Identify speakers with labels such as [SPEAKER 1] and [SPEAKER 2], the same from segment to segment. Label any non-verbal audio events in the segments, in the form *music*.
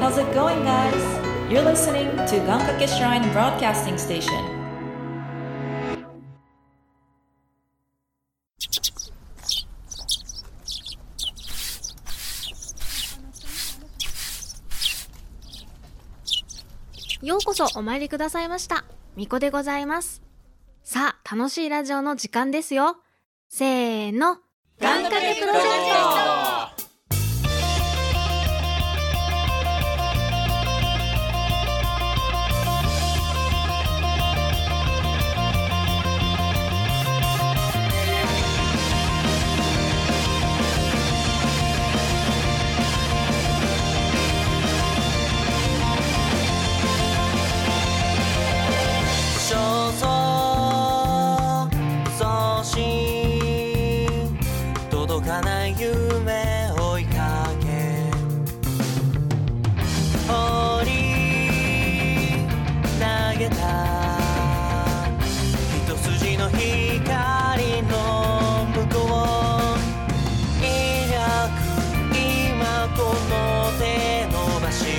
[SPEAKER 1] How's it going, guys? You're listening to Gankake Shrine Broadcasting Station.
[SPEAKER 2] ようこそお参りくださいました。みこでございます。さあ、楽しいラジオの時間ですよ。せーの。願掛けプロジェク
[SPEAKER 3] 焦燥送信届かない夢追いかけ放り投げた一筋の光の向こう抱く今この手伸ばして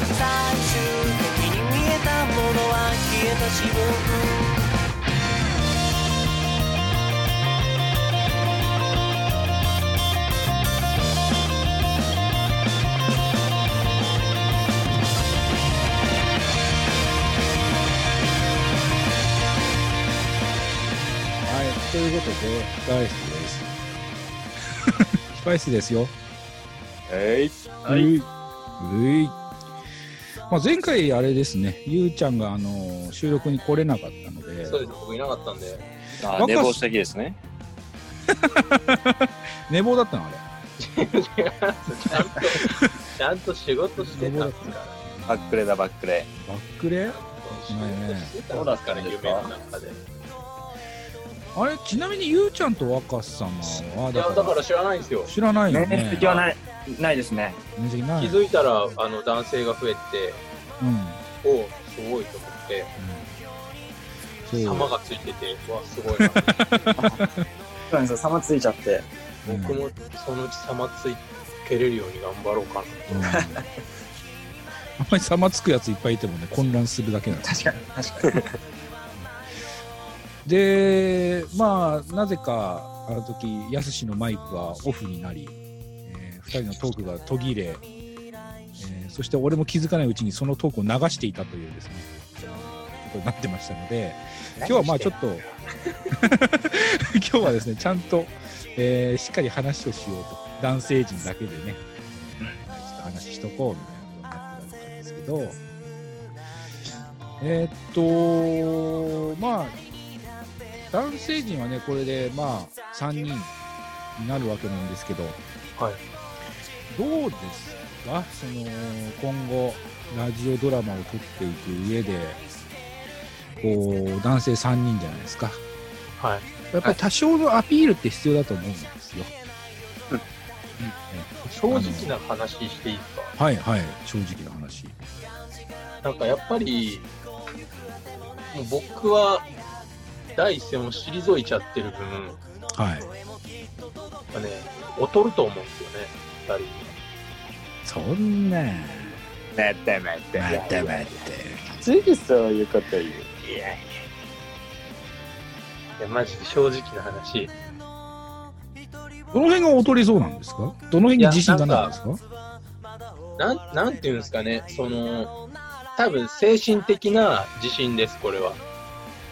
[SPEAKER 3] 最終的に見えたものは消えた自分
[SPEAKER 4] はい、ということで、スパイスです。スパイスですよ。
[SPEAKER 5] は
[SPEAKER 4] は
[SPEAKER 5] い。
[SPEAKER 4] い。まあ、前回あれですね、ゆうちゃんがあの収録に来れなかったので、
[SPEAKER 5] そうです。僕いなかったんで。
[SPEAKER 4] 若
[SPEAKER 3] あ
[SPEAKER 4] す
[SPEAKER 3] 寝坊した日ですね
[SPEAKER 4] 寝坊だったのあれ。
[SPEAKER 5] ちゃんと、ちゃんと仕事してたんですから。
[SPEAKER 3] バックレだバックレ
[SPEAKER 4] バックレ
[SPEAKER 5] 仕事してたんですから、夢の中で。
[SPEAKER 4] あれ、ちなみにゆうちゃんと若様はい
[SPEAKER 5] や、だから知らないんですよ。
[SPEAKER 4] 知らないよね。
[SPEAKER 6] 面積はないないですね。
[SPEAKER 4] 面積ない。
[SPEAKER 5] 気づいたら、あの、男性が増えて、
[SPEAKER 4] うん。
[SPEAKER 5] おうすごいと思って、
[SPEAKER 4] うんそう
[SPEAKER 5] 様がついてて、うわ、すごいな。
[SPEAKER 6] そうなんですよ、さまついちゃって。
[SPEAKER 4] うん
[SPEAKER 5] 僕もそのうち様つけれるように頑張ろうかな。
[SPEAKER 4] うんあんまりさまつくやついっぱいいてもね、
[SPEAKER 6] *laughs*
[SPEAKER 4] 混乱するだけなんです
[SPEAKER 6] 確かに、確かに。
[SPEAKER 4] でまあなぜかあの時やすしのマイクはオフになり、え2人のトークが途切れ、えーそして俺も気づかないうちにそのトークを流していたというですねことになってましたので今日はまあちょっと *laughs* 今日はですねちゃんと、えーしっかり話をしようと男性陣だけでねちょっと話しとこうみたいなことになってたんですけどえーっとまあ男性陣はねこれでまあ3人になるわけなんですけど、
[SPEAKER 5] はい
[SPEAKER 4] どうですかその今後ラジオドラマを撮っていく上でこう男性3人じゃないですか
[SPEAKER 5] はい。
[SPEAKER 4] やっぱり多少のアピールって必要だと思うんですよ、
[SPEAKER 3] うん
[SPEAKER 4] ね
[SPEAKER 5] 正直な話していいですか
[SPEAKER 4] はいはい正直な話
[SPEAKER 5] なんかやっぱり、もう僕は第一線を退いちゃってる分、やっ
[SPEAKER 4] はい
[SPEAKER 5] ぱね、劣ると思うんですよね、二人に。
[SPEAKER 4] そんな
[SPEAKER 3] 待って待って
[SPEAKER 4] 待って待って
[SPEAKER 6] ついてそういうこと言う。
[SPEAKER 3] いやい
[SPEAKER 5] いや、マジで正直な話。
[SPEAKER 4] どの辺が劣りそうなんですかどの辺に自信がないんですか
[SPEAKER 5] なん、なんていうんですかね、その、多分精神的な自信です、これは。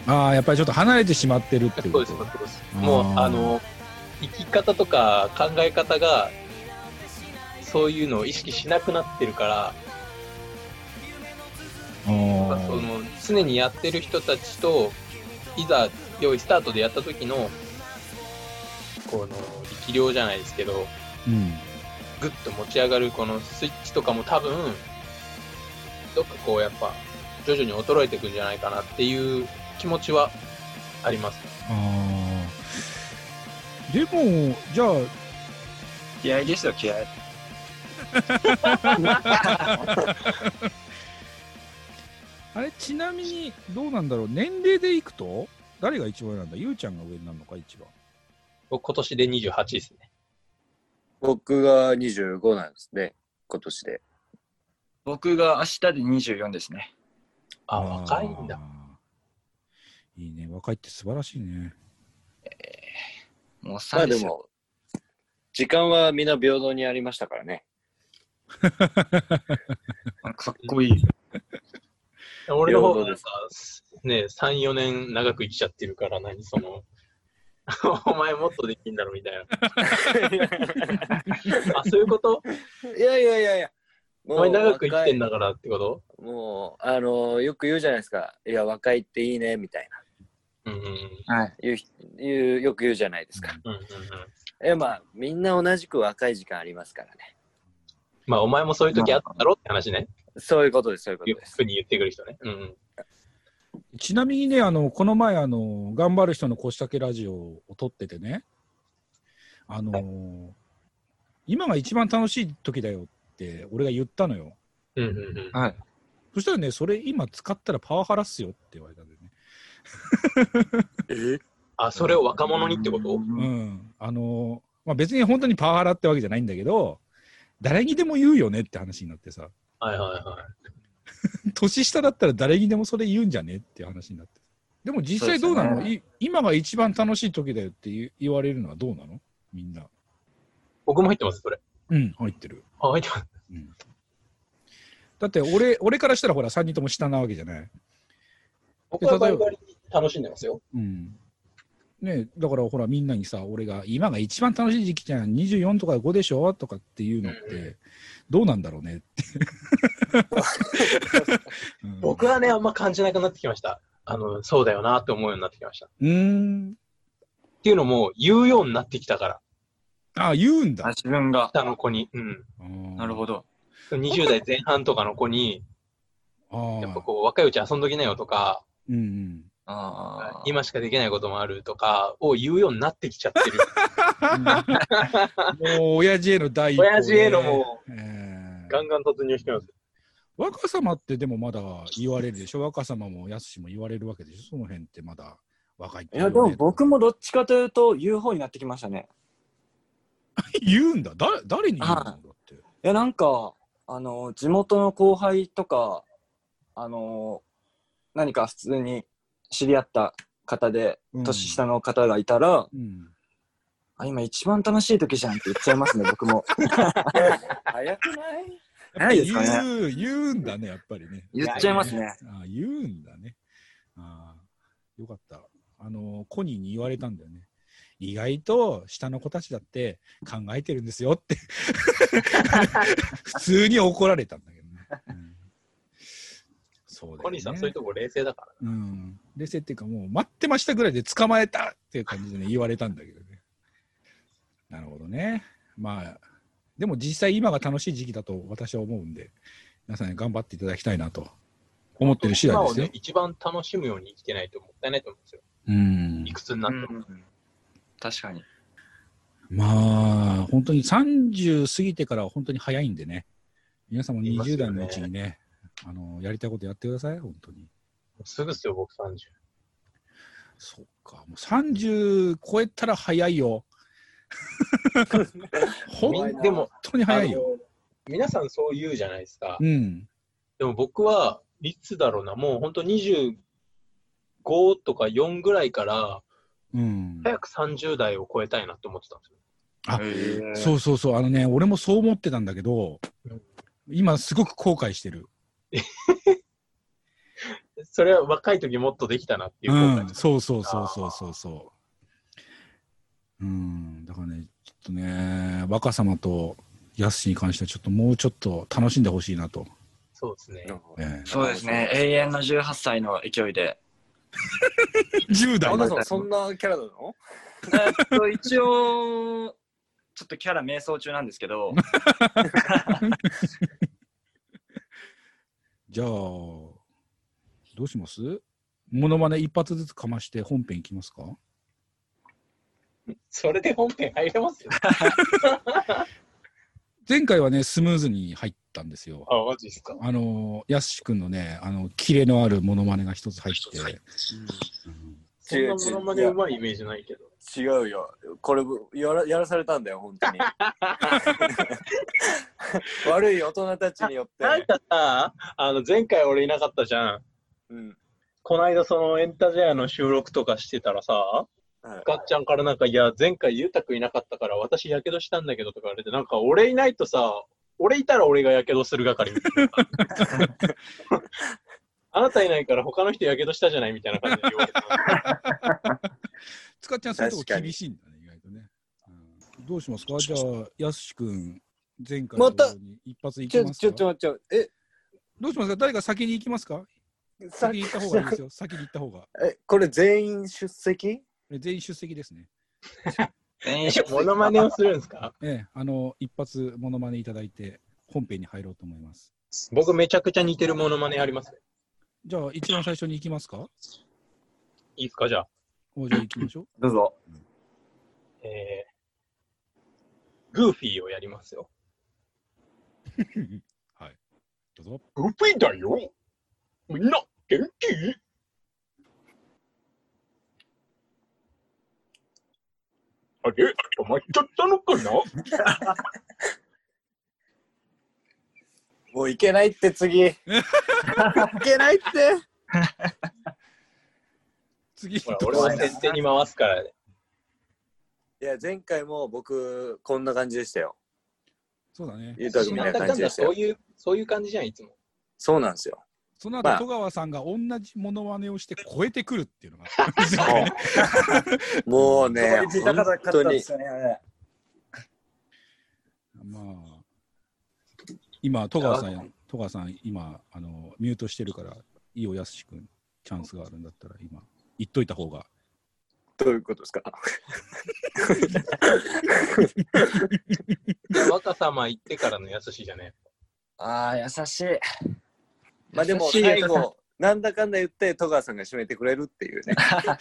[SPEAKER 4] ああやっぱりちょっと離れてしまってるっていう
[SPEAKER 5] そう
[SPEAKER 4] こ
[SPEAKER 5] です、
[SPEAKER 4] と
[SPEAKER 5] そうです。
[SPEAKER 4] あー
[SPEAKER 5] もう、あの、生き方とか考え方が、そういうのを意識しなくなってるから、
[SPEAKER 4] あー
[SPEAKER 5] その常にやってる人たちといざ用意スタートでやった時のこの力量じゃないですけど
[SPEAKER 4] うん
[SPEAKER 5] グッと持ち上がるこのスイッチとかも多分どっかこうやっぱ徐々に衰えていくんじゃないかなっていう気持ちはあります
[SPEAKER 4] あーでもじゃあ
[SPEAKER 6] 気合いですよ、気合い。
[SPEAKER 4] *laughs* あれちなみにどうなんだろう年齢でいくと誰が一番なんだゆうちゃんが上になるのか一番
[SPEAKER 5] 僕今年で28ですね
[SPEAKER 3] 僕が25なんですね今年で
[SPEAKER 6] 僕が明日で24ですね。
[SPEAKER 5] あ、若いんだ。
[SPEAKER 4] あー。いいね、若いって素晴らしいね。
[SPEAKER 6] もう
[SPEAKER 7] まあ
[SPEAKER 6] 3
[SPEAKER 7] で
[SPEAKER 6] ですよ。
[SPEAKER 7] も、時間はみんな平等にありましたから *laughs* ね。
[SPEAKER 6] あかっこいい。
[SPEAKER 5] 俺の方がさ、ね、3、4年長く生きちゃってるから、何その、 *laughs* お前もっとできんだろみたいな。あ、そういうこと
[SPEAKER 7] いやいやいやいや。も
[SPEAKER 5] お前長く生きてん
[SPEAKER 7] だ。
[SPEAKER 5] だからってこと
[SPEAKER 7] もう、あの、よく言うじゃないですか。いや、若いっていいね、みたいな。
[SPEAKER 5] うんうんうん
[SPEAKER 6] はい。
[SPEAKER 7] 言う人、言うよく言うじゃないですか。
[SPEAKER 5] うんうんうん。
[SPEAKER 7] え、まあ、みんな同じく若い時間ありますからね。
[SPEAKER 5] まあ、お前もそういう時あったろって話ね。
[SPEAKER 7] そういうことです、そういうこと
[SPEAKER 5] いう
[SPEAKER 7] です
[SPEAKER 5] ふ。うに言ってくる人ね。うんうん。
[SPEAKER 4] ちなみにね、あの、この前、あの、頑張る人の腰掛けラジオを撮っててね、あのー今が一番楽しい時だよって、俺が言ったのよ。
[SPEAKER 5] うんうんうん。
[SPEAKER 6] はい。
[SPEAKER 4] そしたらね、それ今使ったらパワハラっすよって言われたんだよね。
[SPEAKER 7] え
[SPEAKER 5] あ、それを若者にってこと
[SPEAKER 4] うん。あのーまあ、別に本当にパワハラってわけじゃないんだけど、誰にでも言うよねって話になってさ、
[SPEAKER 5] はいはいはい。
[SPEAKER 4] 年下だったら誰にでもそれ言うんじゃねっていう話になって。でも実際どうな
[SPEAKER 6] そう
[SPEAKER 4] の
[SPEAKER 6] です
[SPEAKER 4] い今が一番楽しい時だよって言言われるのはどうなのみんな。
[SPEAKER 5] 僕も入ってます、それ。
[SPEAKER 4] うん、入ってる。
[SPEAKER 5] あ、入ってます。
[SPEAKER 4] だって俺俺からしたらほら3人とも下なわけじゃない。
[SPEAKER 5] 僕はバリバリ楽しんでますよ。
[SPEAKER 4] うんね、だからほらみんなにさ俺が今が一番楽しい時期じゃん24とか5でしょとかっていうのってどうなんだろうねって。うん
[SPEAKER 5] 僕はね、あんま感じなくなってきました。あの、そうだよなって思うようになってきました。っ
[SPEAKER 4] うーん
[SPEAKER 5] ていうのも、言うようになってきたから、
[SPEAKER 4] あ言うんだ
[SPEAKER 6] あ、。自分が。
[SPEAKER 5] 下の子に。うん。
[SPEAKER 6] なる
[SPEAKER 4] ど。
[SPEAKER 6] ほど。
[SPEAKER 5] 20代前半とかの子に、
[SPEAKER 4] あ
[SPEAKER 5] やっぱ
[SPEAKER 4] ー
[SPEAKER 5] こう、若いうち遊んどきなよとか、
[SPEAKER 4] うんうん、
[SPEAKER 6] ああ。
[SPEAKER 5] 今しかできないこともあるとかを言うようになってきちゃってる。
[SPEAKER 4] もう親父への第一歩ね
[SPEAKER 5] 親父へのも
[SPEAKER 4] えー
[SPEAKER 5] う、ガンガン突入してます。
[SPEAKER 4] 若さまってでもまだ言われるでしょ若さまもやすしも言われるわけでしょその辺ってまだ若いって
[SPEAKER 8] い
[SPEAKER 4] 言
[SPEAKER 8] や、
[SPEAKER 4] わ
[SPEAKER 8] でも
[SPEAKER 4] れる
[SPEAKER 8] 僕もどっちかというと、言う方になってきましたね。
[SPEAKER 4] *laughs* 言うんだ誰誰に言うのだって
[SPEAKER 8] いや、なんか、あの、地元の後輩とか、あの、何か普通に知り合った方で、
[SPEAKER 4] うん
[SPEAKER 8] 年下の方がいたら、
[SPEAKER 4] うん
[SPEAKER 8] あ、今一番楽しい時じゃんって言っちゃい
[SPEAKER 6] *laughs*
[SPEAKER 8] ますね、僕も。
[SPEAKER 7] 早くない
[SPEAKER 8] ないですかね。
[SPEAKER 4] 言う言うんだねやっぱりね
[SPEAKER 6] 言っちゃいますね。
[SPEAKER 4] あ言うんだねあーよかったあのコニーに言われたんだよね意外と下の子たちだって考えてるんですよって
[SPEAKER 6] *laughs*
[SPEAKER 4] 普通に怒られたんだけどね、うんそうだよね
[SPEAKER 5] コニーさん、そういうとこ冷静だから。
[SPEAKER 4] うん、冷静っていうかもう待ってましたぐらいで捕まえたっていう感じで、ね、言われたんだけどねなるほどねまあでも実際今が楽しい時期だと私は思うんで皆さんに頑張っていただきたいなと思ってる次第
[SPEAKER 5] 今
[SPEAKER 4] で
[SPEAKER 5] を
[SPEAKER 4] すよ、
[SPEAKER 5] ね、一番楽しむように生きてないともったいないと思うんですよ。
[SPEAKER 4] うん
[SPEAKER 5] いくつになっても。
[SPEAKER 6] うん確かに。
[SPEAKER 4] まあ本当に30過ぎてからは本当に早いんでね皆さんも
[SPEAKER 5] 言います
[SPEAKER 4] 20
[SPEAKER 5] よね
[SPEAKER 4] 代のうちにねあのやりたいことやってください本当に
[SPEAKER 5] すぐっすよ、僕30。
[SPEAKER 4] そっかもう30超えたら早い
[SPEAKER 5] *laughs*
[SPEAKER 4] よ本
[SPEAKER 5] みでも、
[SPEAKER 4] 当に早いよ
[SPEAKER 5] あの皆さんそう言うじゃないですか。
[SPEAKER 4] うん。
[SPEAKER 5] でも僕は、いつだろうな、もう本当25とか4ぐらいから、
[SPEAKER 4] うん、
[SPEAKER 5] 早く30代を超えたいなって思ってたんですよ。
[SPEAKER 4] あ
[SPEAKER 6] へえ
[SPEAKER 4] そうそうそう、あのね、俺もそう思ってたんだけど
[SPEAKER 5] うん、
[SPEAKER 4] 今すごく後悔してる。
[SPEAKER 5] それは若い時もっとできたなっていう
[SPEAKER 4] う
[SPEAKER 5] 後
[SPEAKER 4] ん
[SPEAKER 5] 悔、
[SPEAKER 4] そうそうそうそうそうそう。うん、だからね、ちょっとね、若さまとやすしに関しては、ちょっともうちょっと楽しんでほしいなと。
[SPEAKER 5] そうですね。
[SPEAKER 4] ええ
[SPEAKER 6] そうですね。永遠の18歳の勢いで。
[SPEAKER 4] 10
[SPEAKER 7] あ
[SPEAKER 4] 代
[SPEAKER 7] んな
[SPEAKER 4] の
[SPEAKER 7] さんそんなキャラなの
[SPEAKER 6] えっと一応、ちょっとキャラ迷走中なんですけど、
[SPEAKER 4] じゃあ、どうしますモノマネ一発ずつかまして本編いきますか
[SPEAKER 5] それで本編入れますよ。
[SPEAKER 4] 前回はね、スムーズに入ったんですよ。
[SPEAKER 5] あ、マジですか。
[SPEAKER 4] あのやすし君のね、あのキレのあるモノマネが一つ入って、
[SPEAKER 5] そんなものまでうまいイメージないけど。
[SPEAKER 7] 違うよ。これ、やらやらされたんだよ、本当
[SPEAKER 6] *laughs*
[SPEAKER 7] に。悪い大人たちによって。
[SPEAKER 5] なんかさ、あの、前回俺いなかったじゃん。
[SPEAKER 7] うん。
[SPEAKER 5] こないだそのエンタジェアの収録とかしてたらさ、
[SPEAKER 7] はい
[SPEAKER 5] ガッちゃんからなんか、いや、前回ゆうたくんいなかったから私やけどしたんだけどとか言われて、なんか俺いないとさ、俺いたら俺がやけどする係みたいな。あなたいないから他の人やけどしたじゃないみたいな感じで言われて。
[SPEAKER 4] つかちゃん、そういうと
[SPEAKER 7] 確か
[SPEAKER 4] こ
[SPEAKER 7] に
[SPEAKER 4] 厳しいんだね、意外とね。うんどうしますかじゃあ、やすし君、前回
[SPEAKER 7] また
[SPEAKER 4] 同様に一発い
[SPEAKER 7] ち
[SPEAKER 4] き
[SPEAKER 7] ょ、
[SPEAKER 4] ます
[SPEAKER 7] ちょ、
[SPEAKER 4] か
[SPEAKER 7] ちょ、ちょ、え、
[SPEAKER 4] どうしますか誰か先に行きますか
[SPEAKER 7] さ
[SPEAKER 4] 先に行った方がいいですよ。先に行った方が。
[SPEAKER 7] え、これ全員出席
[SPEAKER 4] 全員出席ですね。
[SPEAKER 6] 全員
[SPEAKER 5] モノマネをするんですか
[SPEAKER 4] ええ、あの、一発モノマネいただいて、本編に入ろうと思います。
[SPEAKER 5] 僕めちゃくちゃ似てるモノマネあります。
[SPEAKER 4] じゃあ、一番最初に行きますか
[SPEAKER 5] いいですかじゃあ。
[SPEAKER 4] おじゃあ行きましょう。
[SPEAKER 8] どうぞ。
[SPEAKER 5] えー、グーフィーをやりますよ。
[SPEAKER 4] はい。どうぞ。
[SPEAKER 5] グーフィーだよみんな元気あれ止まっちゃったのかな
[SPEAKER 7] もういけないって次。いけないって。
[SPEAKER 4] 次、
[SPEAKER 5] ほら、 *laughs* 俺は先手に回すからね。
[SPEAKER 7] いや、前回も僕、こんな感じでしたよ。
[SPEAKER 4] そうだね。
[SPEAKER 7] ゆうたくんみた
[SPEAKER 5] ないん
[SPEAKER 7] な
[SPEAKER 5] だ
[SPEAKER 7] 感
[SPEAKER 5] かん
[SPEAKER 7] じで
[SPEAKER 5] だ
[SPEAKER 7] したよ
[SPEAKER 5] そう。いう、そういう感じじゃん、いつも。
[SPEAKER 7] そうなんですよ。
[SPEAKER 4] その後、
[SPEAKER 7] まあ
[SPEAKER 4] 戸川さんが同じモノマネをして超えてくるっていうのがあったんですよね。
[SPEAKER 7] もうね、
[SPEAKER 6] 高田
[SPEAKER 7] 本
[SPEAKER 6] 勝った
[SPEAKER 7] 当
[SPEAKER 6] んで
[SPEAKER 7] に
[SPEAKER 6] す。よね、あれ。
[SPEAKER 4] まあ、今、戸川さん、戸川さん、今、あの、ミュートしてるから、いいよ、やすし君、チャンスがあるんだったら、今、言っといた方が。
[SPEAKER 7] どういうことですか
[SPEAKER 5] で若様行ってからのやすしじゃね
[SPEAKER 8] ああ、優しい。
[SPEAKER 7] まあでも、
[SPEAKER 6] 優しいや
[SPEAKER 7] 最後、なんだかんだ言って、戸川さんが締めてくれるっていうね。
[SPEAKER 4] だか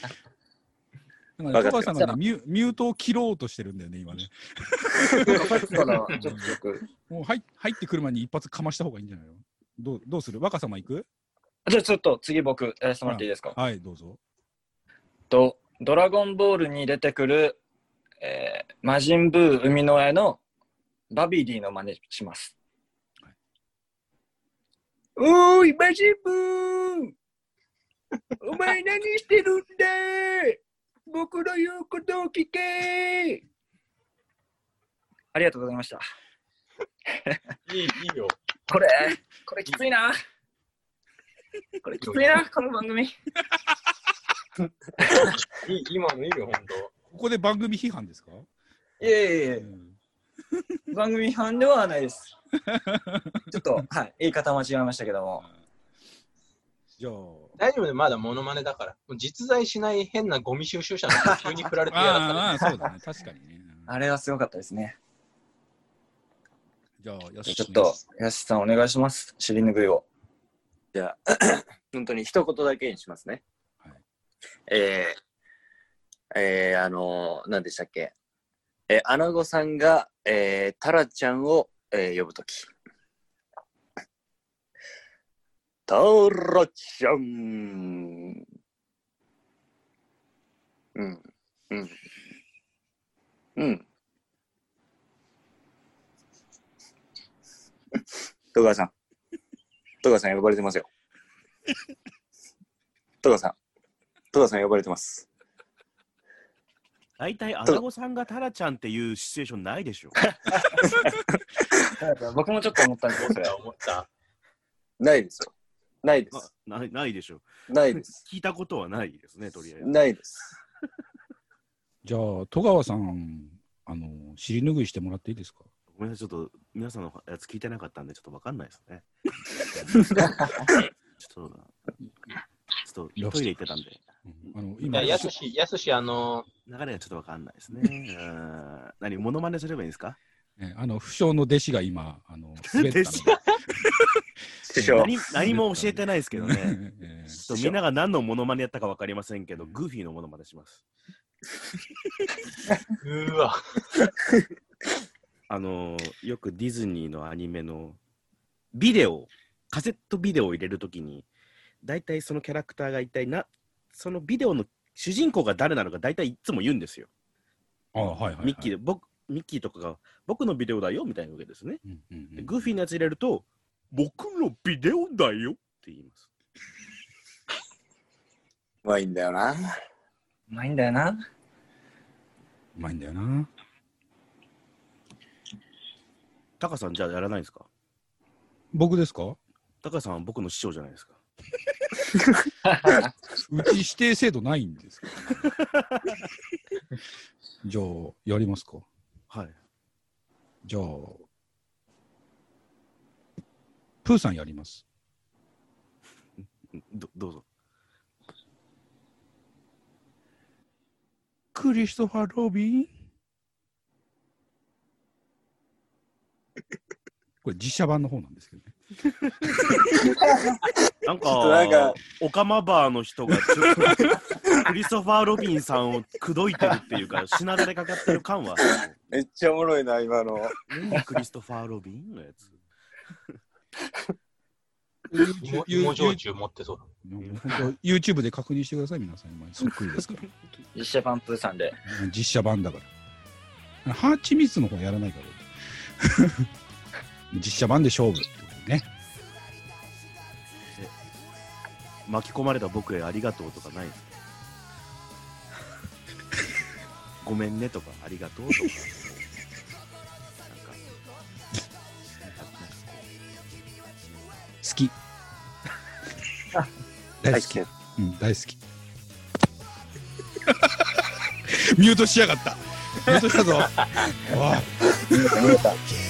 [SPEAKER 4] ら、戸
[SPEAKER 7] わかった
[SPEAKER 4] 川さんがねミュ、ミュートを切ろうとしてるんだよね、今ね。
[SPEAKER 8] さっきからちょっとよ
[SPEAKER 7] *laughs*
[SPEAKER 8] く。
[SPEAKER 4] もう入っ、入ってくる前に一発かました方がいいんじゃないのどうどうする若様行く
[SPEAKER 6] じゃあちょっと次僕やらせてもらっていいですか。
[SPEAKER 4] はい、どうぞ。
[SPEAKER 6] と、ドラゴンボールに出てくる、えー、魔人ブー生みの親のバビディの真似します。おーい、魔人ブーお前何してるんだ僕の言うことを聞けありがとうございました。
[SPEAKER 5] いい、いいよ。
[SPEAKER 6] これ、これきついな。これきついな、この番組。
[SPEAKER 5] いい、今のいいよ、ほんと。
[SPEAKER 4] ここで番組批判ですか、
[SPEAKER 6] いえいえいえ
[SPEAKER 4] う。ん
[SPEAKER 6] 番組版ではないです。ちょっと、はい、言い方間違えましたけども。
[SPEAKER 4] じゃあ、
[SPEAKER 5] 大丈夫だよ、まだモノマネだから。もう実在しない変なゴミ収集車なんか急に振られて嫌だっ
[SPEAKER 7] *laughs*
[SPEAKER 5] たら
[SPEAKER 4] ああー、そうだね、確かにね。うん
[SPEAKER 6] あれはすごかったですね。
[SPEAKER 4] じゃあ、やすし
[SPEAKER 6] ちょっ
[SPEAKER 4] 君
[SPEAKER 6] と、やすさんお願いします。尻拭いを。
[SPEAKER 7] じゃあ、本当に一言だけにしますね。
[SPEAKER 4] はい
[SPEAKER 7] えー、えー、あのー、何でしたっけ。えー、アナゴさんが、えー、タラちゃんを、えー、呼ぶとき。タラちゃん。うん、うん。うん。戸川さん。戸川さん呼ばれてますよ。戸川さん。戸川さん呼ばれてます。
[SPEAKER 9] 大体、アナゴさんがタラちゃんっていうシチュエーションないでしょ。 *laughs*
[SPEAKER 6] 僕もちょっと思ったんですけ
[SPEAKER 5] いや
[SPEAKER 6] ど、
[SPEAKER 5] 思った。
[SPEAKER 7] ないですよ。ないで
[SPEAKER 9] あ
[SPEAKER 7] す。
[SPEAKER 9] ないないでしょ。
[SPEAKER 7] ないです。
[SPEAKER 9] 聞いたことはないですね、とりあえず。
[SPEAKER 7] ないです。
[SPEAKER 4] じゃあ、戸川さん、あの、尻拭いしてもらっていいですか
[SPEAKER 9] ごめんなさい、ちょっと皆さんのやつ聞いてなかったんで、ちょっとわかんないです *laughs* ね。ちょっと、ちょっとトイレ行ってたんで、
[SPEAKER 4] うんあの
[SPEAKER 5] い
[SPEAKER 4] 今
[SPEAKER 5] や、やすし、やすし、あの
[SPEAKER 9] 流れがちょっとわかんないですね。うん何、モノマネすればいいんですか
[SPEAKER 4] ねあの、不詳の弟子が今、あの、滑ったので
[SPEAKER 9] 弟子
[SPEAKER 7] 師匠。
[SPEAKER 9] 何何も教えてないですけどね。
[SPEAKER 4] ええ
[SPEAKER 9] ちょっとみんなが何のモノマネやったかわかりませんけど、グーフィーのモノマネします。
[SPEAKER 5] ー、うーわ。
[SPEAKER 9] あのーよくディズニーのアニメのビデオカセットビデオを入れるときに大体そのキャラクターが一体なそのビデオの主人公が誰なのか大体いつも言うんですよ。
[SPEAKER 4] ああはいはい、はい、
[SPEAKER 9] ミッキーで僕ミッキーとかが僕のビデオだよみたいなわけですね。
[SPEAKER 4] うんうん
[SPEAKER 9] で
[SPEAKER 4] うん
[SPEAKER 9] グーフィーのやつ入れると僕のビデオだよって言います。
[SPEAKER 7] うまいんだよな。
[SPEAKER 8] うまいんだよな。
[SPEAKER 4] うまいんだよな
[SPEAKER 9] タカさんじゃあやらないんですか
[SPEAKER 4] 僕ですか
[SPEAKER 9] タカさんは僕の師匠じゃないですか。
[SPEAKER 4] うち指定制度ないんですか *laughs* じゃあやりますか
[SPEAKER 9] はい。
[SPEAKER 4] じゃあプーさんやります
[SPEAKER 9] どどうぞ。
[SPEAKER 4] クリストファー・ロビンこれ実写版の方なんですけどね
[SPEAKER 9] なん
[SPEAKER 7] ちょっとなん
[SPEAKER 9] か
[SPEAKER 7] か、
[SPEAKER 9] オカマバーの人がちょっとクリストファー・ロビンさんを口説いてるっていうか、しなだれかかってる感はある
[SPEAKER 7] めっちゃおもろいな、今の。
[SPEAKER 9] けど。ねクリストファー・ロビンのやつ。
[SPEAKER 5] 芋芋焼酎持ってそうだ。
[SPEAKER 4] 本当 YouTube で確認してください皆さん今そっくりですから
[SPEAKER 8] 実写版プーさんで。
[SPEAKER 4] 実写版だからハーチミツの方やらないから *laughs* 俺実写版で勝負ってことね
[SPEAKER 9] 巻き込まれた僕へありがとうとかないですかごめんねとか、ありがとうとか。なんか、なんかなんかこ
[SPEAKER 4] 好き大好き、うん、大好き *laughs* ミュートしやがったミュートしたぞおい
[SPEAKER 7] 見えた。